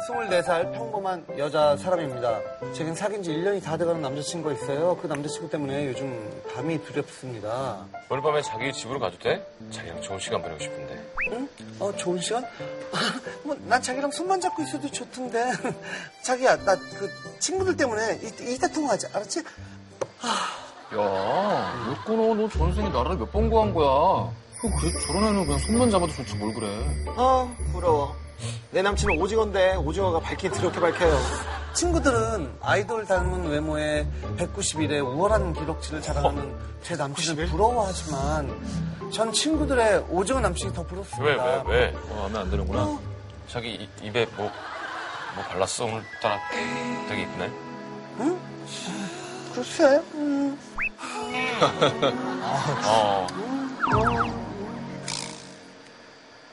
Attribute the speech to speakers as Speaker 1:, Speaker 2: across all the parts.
Speaker 1: 24살 평범한 여자 사람입니다. 지금 사귄 지 1년이 다 돼가는 남자친구가 있어요. 그 남자친구 때문에 요즘 밤이 두렵습니다.
Speaker 2: 오늘 밤에 자기 집으로 가도 돼? 자기랑 좋은 시간 보내고 싶은데.
Speaker 1: 응? 어, 좋은 시간? 뭐, 난 자기랑 손만 잡고 있어도 좋던데. 자기야, 나 그 친구들 때문에 이, 이따 통화하자. 알았지?
Speaker 3: 야, 왜 끊어? 너 전생에 나라를 몇 번 구한 거야? 그, 그, 저런 애는 그냥 손만 잡아도 좋지 뭘 그래.
Speaker 4: 어, 부러워. 내 남친은 오징어인데 오징어가 밝긴 드럽게 밝혀요.
Speaker 1: 친구들은 아이돌 닮은 외모에 191의 우월한 기록치를 자랑하는
Speaker 4: 어,
Speaker 1: 제 남친을 부러워하지만 전 친구들의 오징어 남친이 더
Speaker 2: 왜,
Speaker 1: 부럽습니다.
Speaker 2: 왜, 왜?
Speaker 3: 어, 하면 안 되는구나.
Speaker 2: 자기 이- 입에 뭐, 뭐 발랐어? 오늘따라 되게 이쁘네.
Speaker 1: 글쎄, 음,
Speaker 2: 어.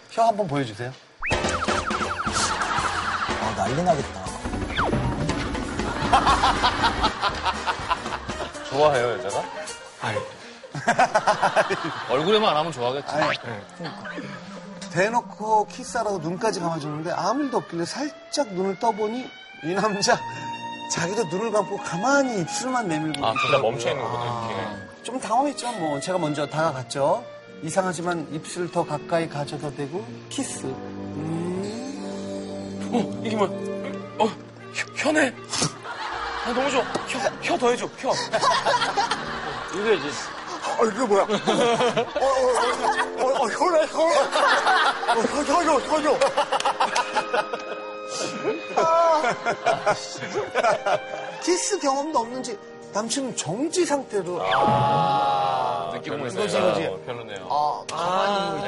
Speaker 1: 혀 한번 보여주세요.
Speaker 4: 아, 난리 나겠다.
Speaker 2: 좋아해요, 여자가?
Speaker 3: 얼굴에만 안 하면 좋아하겠지.
Speaker 1: 대놓고 키스하라고 눈까지 감아주는데 아무 일도 없길래 살짝 눈을 떠보니 이 남자 자기도 눈을 감고 가만히 입술만 내밀고
Speaker 2: 아, 둘 다
Speaker 1: 있더라고요.
Speaker 2: 멈춰있는 거구나, 이렇게.
Speaker 1: 좀 당황했죠. 뭐 제가 먼저 다가갔죠. 이상하지만 입술 더 가까이 가져다 대고 키스.
Speaker 2: 어, 이게 뭐야? 어, 혀, 혀네? 아, 너무 좋아. 혀, 혀 더해줘, 혀.
Speaker 4: 이게 이제
Speaker 1: 어, 이게 뭐야? 어, 어, 어, 어, 어, 혈액, 혈액. 어, 혈, 혈, 혈, 혈. 아, 키스 경험도 없는지 남친은 정지 상태로
Speaker 3: 느끼고
Speaker 2: 별로네요.
Speaker 3: 있어요.
Speaker 1: 이거지, 이거지.
Speaker 2: 별로네요.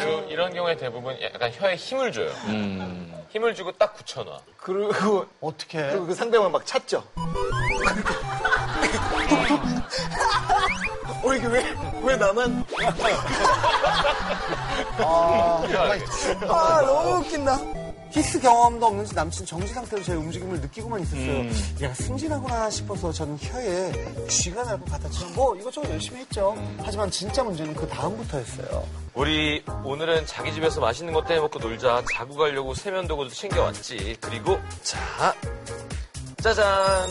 Speaker 2: 그리고 이런 경우에 대부분 약간 혀에 힘을 줘요. 힘을 주고 딱 굳혀놔.
Speaker 4: 그리고
Speaker 1: 어떻게?
Speaker 4: 그리고 그 상대방 막 찾죠. 그러니까. 어 이게 왜왜 나만?
Speaker 1: 아, 너무 웃긴다. 키스 경험도 없는지 남친 정지 상태로 제 움직임을 느끼고만 있었어요. 야, 승진하구나 싶어서 저는 혀에 쥐가 날 것 같았지만 뭐 이것저것 열심히 했죠. 하지만 진짜 문제는 그 다음부터였어요.
Speaker 2: 우리 오늘은 자기 집에서 맛있는 거 떼먹고 놀자. 자고 가려고 세면도구도 챙겨왔지. 그리고 자, 짜잔.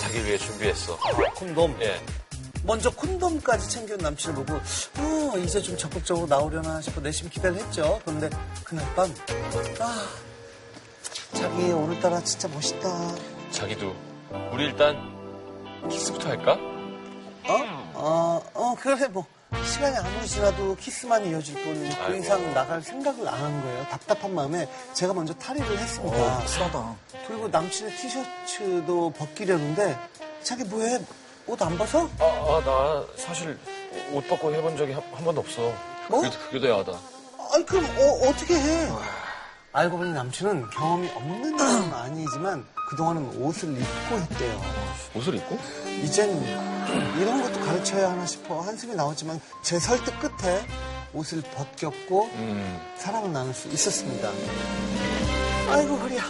Speaker 2: 자기 위해 준비했어.
Speaker 1: 콘돔.
Speaker 2: 예.
Speaker 1: 먼저 콘돔까지 챙겨온 남친을 보고 어, 이제 좀 적극적으로 나오려나 싶어 내심 기대를 했죠. 그런데 그날 밤 아, 자기 오늘따라 진짜 멋있다.
Speaker 2: 자기도 우리 일단 키스부터 할까?
Speaker 1: 어? 어, 어, 그래, 뭐. 시간이 아무리 지나도 키스만 이어질 뿐, 그
Speaker 2: 아이고.
Speaker 1: 이상 나갈 생각을 안 한 거예요. 답답한 마음에 제가 먼저 탈의를
Speaker 2: 어.
Speaker 1: 했습니다.
Speaker 4: 싸다.
Speaker 1: 그리고 남친의 티셔츠도 벗기려는데, 자기 뭐해? 옷 안 벗어?
Speaker 2: 아, 아, 나 사실 옷 벗고 해본 적이 한, 한 번도 없어.
Speaker 1: 뭐?
Speaker 2: 그게, 그게 더 야하다.
Speaker 1: 아니, 그럼 어, 떻게 해? 알고 보니 남친은 경험이 없는 건 아니지만, 그동안은 옷을 입고 했대요.
Speaker 2: 옷을 입고?
Speaker 1: 이젠 이런 것도 가르쳐야 하나 싶어 한숨이 나왔지만 제 설득 끝에 옷을 벗겼고 사랑을 나눌 수 있었습니다. 아이고 허리야.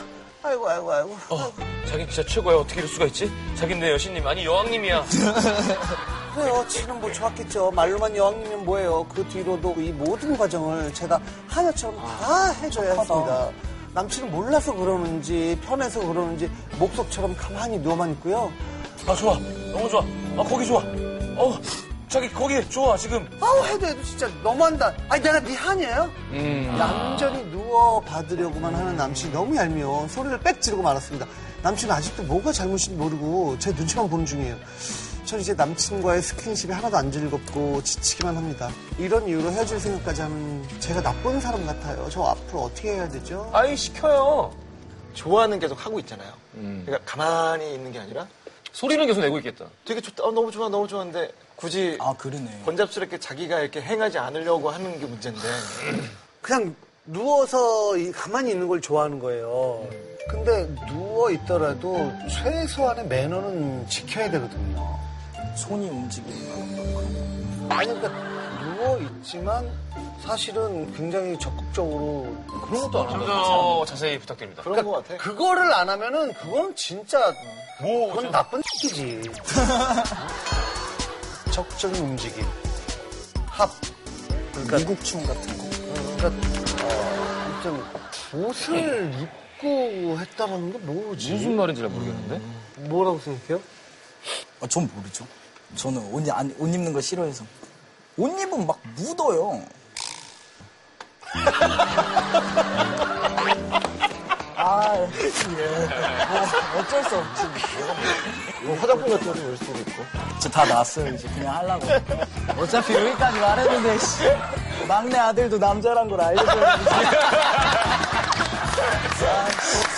Speaker 1: 아이고 아이고 아이고.
Speaker 2: 어, 자기 진짜 최고야. 어떻게 이럴 수가 있지? 자긴 내 여신님, 아니 여왕님이야.
Speaker 1: 그래요. 지는 뭐 좋았겠죠. 말로만 여왕이면 뭐예요. 그 뒤로도 이 모든 과정을 제가 하나처럼 다 해줘야 했습니다. 남친은 몰라서 그러는지 편해서 그러는지 목석처럼 가만히 누워만 있고요.
Speaker 2: 아, 좋아. 너무 좋아. 아, 거기 좋아. 어, 자기 거기 좋아, 지금.
Speaker 1: 아우 해도 해도 진짜 너무한다. 아니 내가 네 한이에요? 얌전히 누워 받으려고만 하는 남친이 너무 얄미워 소리를 빽 지르고 말았습니다. 남친은 아직도 뭐가 잘못인지 모르고 제 눈치만 보는 중이에요. 전 이제 남친과의 스킨십이 하나도 안 즐겁고 지치기만 합니다. 이런 이유로 헤어질 생각까지 하면 제가 나쁜 사람 같아요. 저 앞으로 어떻게 해야 되죠?
Speaker 4: 아이 시켜요. 좋아하는 계속 하고 있잖아요. 그러니까 가만히 있는 게 아니라
Speaker 3: 소리는 계속 내고 있겠다.
Speaker 4: 되게 좋다. 어, 너무 좋아, 너무 좋아하는데 굳이
Speaker 5: 그러네.
Speaker 4: 번잡스럽게 자기가 이렇게 행하지 않으려고 하는 게 문제인데
Speaker 1: 그냥 누워서 이- 가만히 있는 걸 좋아하는 거예요. 근데 누워 있더라도 최소한의 매너는 지켜야 되거든요.
Speaker 5: 손이 움직이는 거.
Speaker 1: 아니 그러니까 누워 있지만 사실은 굉장히 적극적으로
Speaker 3: 그런 것도 안
Speaker 2: 좀
Speaker 3: 한다.
Speaker 2: 더 자세히 부탁드립니다.
Speaker 4: 그런 거 같아.
Speaker 1: 그거를 안 하면은 그건 진짜 뭐 그건 나쁜 새끼지. 적극적인 움직임, 합, 그러니까 미국춤 같은 거. 그러니까 어, 아무튼 옷을 믿고 했다라는 게 뭐지?
Speaker 3: 무슨 말인지 잘 모르겠는데?
Speaker 1: 뭐라고 생각해요?
Speaker 5: 아, 전 모르죠. 저는 옷, 안, 옷 입는 거 싫어해서. 옷 입으면 막 묻어요. 아, 뭐, 어쩔 수 없지.
Speaker 4: 화장품 같은 거좀올 수도 있고.
Speaker 5: 저 다 났어요, 이제. 그냥 하려고. 어차피 여기까지 말했는데, 씨. 막내 아들도 남자란 걸 알려줘야지.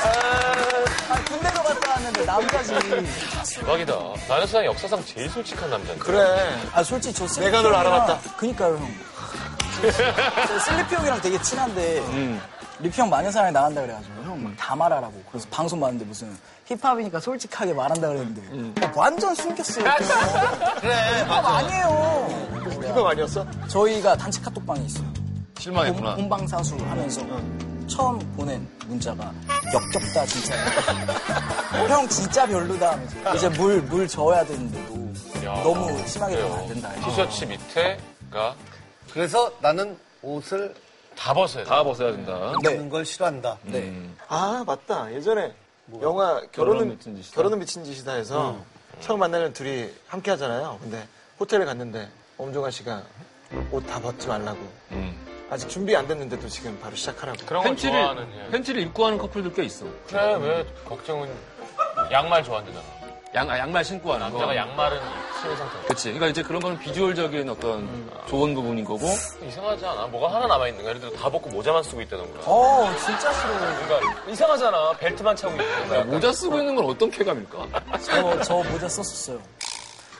Speaker 5: 아, 아, 군대도 갔다 왔는데, 남자지.
Speaker 2: 대박이다. 나는 세상 역사상 제일 솔직한 남자인데.
Speaker 4: 그래.
Speaker 5: 아 솔직히 저 슬리피
Speaker 4: 내가 널
Speaker 5: 형이랑-
Speaker 4: 알아봤다.
Speaker 5: 그니까요 형. 저 슬리피 형이랑 되게 친한데
Speaker 4: 음.
Speaker 5: 리피 형 마녀사랑에 나간다 그래가지고 형 다 말하라고. 그래서 방송 봤는데 무슨 힙합이니까 솔직하게 말한다 그랬는데
Speaker 4: 음.
Speaker 5: 야, 완전 숨겼어요. 네,
Speaker 4: 그래.
Speaker 5: 힙합 아니에요.
Speaker 4: 피가 아니었어?
Speaker 5: 저희가 단체 카톡방이 있어요.
Speaker 4: 아.
Speaker 3: 실망했구나.
Speaker 5: 공, 방사수 하면서 처음 보낸 문자가 역겹다 진짜. 형 진짜 별로다. 하면서. 이제 물 물 저어야 되는데도
Speaker 2: 야.
Speaker 5: 너무 심하게 되면 안
Speaker 2: 그래요.
Speaker 5: 된다.
Speaker 2: 티셔츠 밑에가
Speaker 1: 그래서 나는 옷을
Speaker 2: 다 벗어야 돼. 다 벗어야 된다.
Speaker 1: 입는 걸 싫어한다.
Speaker 5: 네.
Speaker 4: 아, 맞다. 예전에 영화
Speaker 3: 결혼은
Speaker 4: 결혼은,
Speaker 3: 미친 짓이다.
Speaker 4: 결혼은 미친 짓이다 해서 처음 만나는 둘이 함께 하잖아요. 근데 호텔에 갔는데 엄종아 씨가 옷 다 벗지 말라고.
Speaker 3: 음.
Speaker 4: 아직 준비 안 됐는데도 지금 바로 시작하라고.
Speaker 2: 그런 걸 좋아하는 예.
Speaker 3: 팬티를 입고 하는 커플들 꽤 있어.
Speaker 2: 그래 왜 걱정은 양말 좋아한대잖아.
Speaker 3: 양, 아, 양말 신고 하는
Speaker 2: 남자가
Speaker 3: 거.
Speaker 2: 양말은 신은 상태.
Speaker 3: 그치. 그러니까 이제 그런 거는 비주얼적인 어떤
Speaker 2: 음.
Speaker 3: 아, 좋은 부분인 거고.
Speaker 2: 이상하지 않아? 뭐가 하나 남아 있는 거야? 예를 들어 다 벗고 모자만 쓰고 있다던가.
Speaker 5: 어 진짜 싫어요.
Speaker 2: 그러니까 이상하잖아. 벨트만 차고 있는 거
Speaker 3: 모자 쓰고 있는 건 어떤 쾌감일까?
Speaker 5: 저, 저 모자 썼었어요.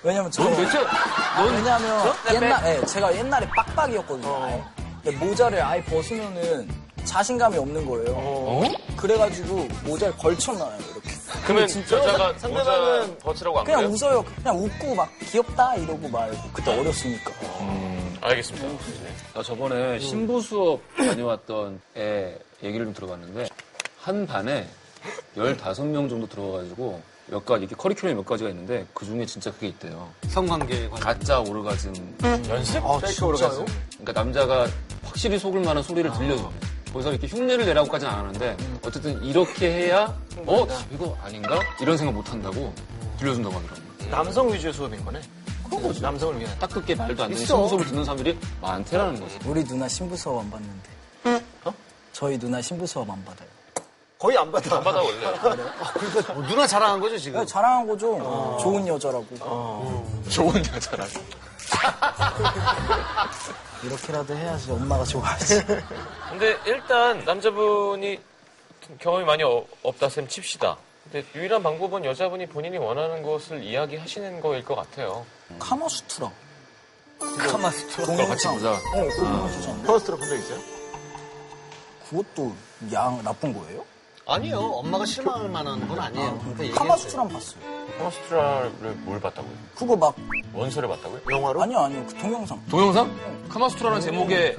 Speaker 5: 왜냐면 저.
Speaker 3: 넌 대체,
Speaker 5: 아, 왜냐면 옛날, 예, 제가 옛날에 빡빡이었거든요. 아예. 근데 모자를 아예 벗으면은 자신감이 없는 거예요.
Speaker 3: 어?
Speaker 5: 그래가지고 모자를 걸쳐놔요, 이렇게.
Speaker 3: 아,
Speaker 2: 그러면
Speaker 5: 진짜
Speaker 2: 여자가
Speaker 4: 상대방은
Speaker 2: 모자 벗으라고 안
Speaker 5: 그냥
Speaker 2: 그래요?
Speaker 5: 웃어요. 그냥 웃고 막 귀엽다 이러고 말. 그때 어렸으니까.
Speaker 2: 알겠습니다.
Speaker 3: 나 저번에 신부 수업 다녀왔던 애 얘기를 좀 들어봤는데 한 반에 15명 정도 들어가가지고 몇 가지 이렇게 커리큘럼이 몇 가지가 있는데 그 중에 진짜 그게 있대요.
Speaker 1: 성관계에 관한.
Speaker 3: 가짜 오르가즘.
Speaker 2: 연습?
Speaker 1: 아,
Speaker 4: 페이크로
Speaker 1: 진짜요?
Speaker 3: 그러니까 남자가 확실히 속을 만한 소리를 들려줘. 거기서 이렇게 흉내를 내라고까지는 안 하는데 어쨌든 이렇게 해야 어 이거 아닌가 이런 생각 못 한다고 들려준다고 하더라고요.
Speaker 4: 남성 위주의 수업인 거네. 남성을 위한.
Speaker 3: 딱 듣게 말도 안 되는 신부 수업을 듣는 사람들이 많대라는 거지.
Speaker 5: 우리 누나 신부 수업 안 봤는데. 저희 누나 신부 수업 안 받아요.
Speaker 4: 거의 안 받아.
Speaker 2: 안 받아 원래.
Speaker 1: 그러니까 뭐 누나 자랑한 거죠, 지금?
Speaker 5: 그냥 자랑한 거죠. 좋은 여자라고.
Speaker 3: 좋은 여자라서.
Speaker 5: 이렇게라도 해야지 엄마가 좋아하지.
Speaker 2: 근데 일단 남자분이 경험이 많이 어- 없다 셈 칩시다. 근데 유일한 방법은 여자분이 본인이 원하는 것을 이야기하시는 거일 것 같아요.
Speaker 5: 카마수트라. 카마수트라. 동영상.
Speaker 3: 같이 보자.
Speaker 5: 어, 그거 보자.
Speaker 4: 퍼스트로 본적 있어요?
Speaker 5: 그것도 양 나쁜 거예요?
Speaker 1: 아니요. 엄마가 실망할 만한 건 아니에요.
Speaker 4: 네,
Speaker 1: 그러니까
Speaker 5: 카마수트랑 봤어요.
Speaker 2: 퍼스트라를 뭘 봤다고요?
Speaker 5: 그거 막
Speaker 2: 원서를 봤다고요?
Speaker 4: 영화로?
Speaker 5: 아니요 아니요 그 동영상
Speaker 3: 동영상? 카마수트라라는 제목의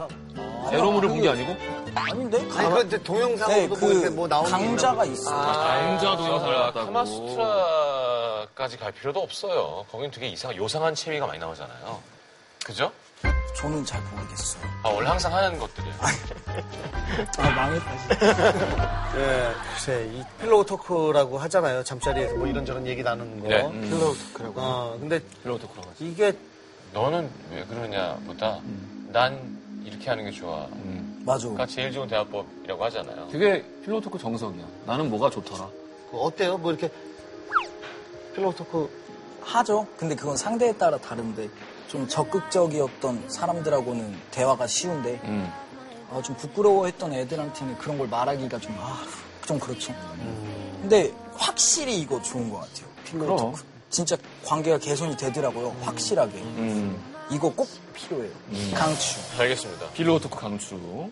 Speaker 3: 에로물을 본 게 아니고?
Speaker 5: 아닌데?
Speaker 1: 아니, 그런데
Speaker 5: 네,
Speaker 1: 동영상으로도 뭐, 이렇게
Speaker 5: 그
Speaker 1: 뭐 나오는 게
Speaker 5: 강자가
Speaker 1: 있나?
Speaker 5: 있어.
Speaker 3: 아. 남자 동영상을 봤다고.
Speaker 2: 카마수트라까지 아, 갈 필요도 없어요. 거긴 되게 이상 요상한 체위가 많이 나오잖아요. 그죠?
Speaker 5: 저는 잘 모르겠어요.
Speaker 2: 아 원래 항상 하는 것들이에요.
Speaker 5: 아 망했다. 진짜.
Speaker 1: 예, 글쎄, 이 필로우 토크라고 하잖아요. 잠자리에서 뭐 이런저런 얘기 나누는 거.
Speaker 2: 네.
Speaker 4: 필로우 토크라고.
Speaker 1: 어, 근데
Speaker 2: 필로우도 그러가지
Speaker 1: 이게
Speaker 2: 너는 왜 그러냐보다 난 이렇게 하는 게 좋아.
Speaker 5: 맞아.
Speaker 2: 가 제일 좋은 대화법이라고 하잖아요.
Speaker 3: 그게 필로토크 정석이야. 나는 뭐가 좋더라.
Speaker 1: 그 어때요? 뭐 이렇게 필로우 토크
Speaker 5: 하죠. 근데 그건 상대에 따라 다른데 좀 적극적이었던 사람들하고는 대화가 쉬운데
Speaker 3: 음.
Speaker 5: 아, 좀 부끄러워했던 애들한테는 그런 걸 말하기가 좀, 아, 좀 그렇죠. 근데 확실히 이거 좋은 것 같아요. 필로우
Speaker 3: 그럼.
Speaker 5: 토크. 진짜 관계가 개선이 되더라고요. 확실하게.
Speaker 3: 음.
Speaker 5: 이거 꼭 필요해요. 강추.
Speaker 2: 알겠습니다.
Speaker 3: 필로토크 강추.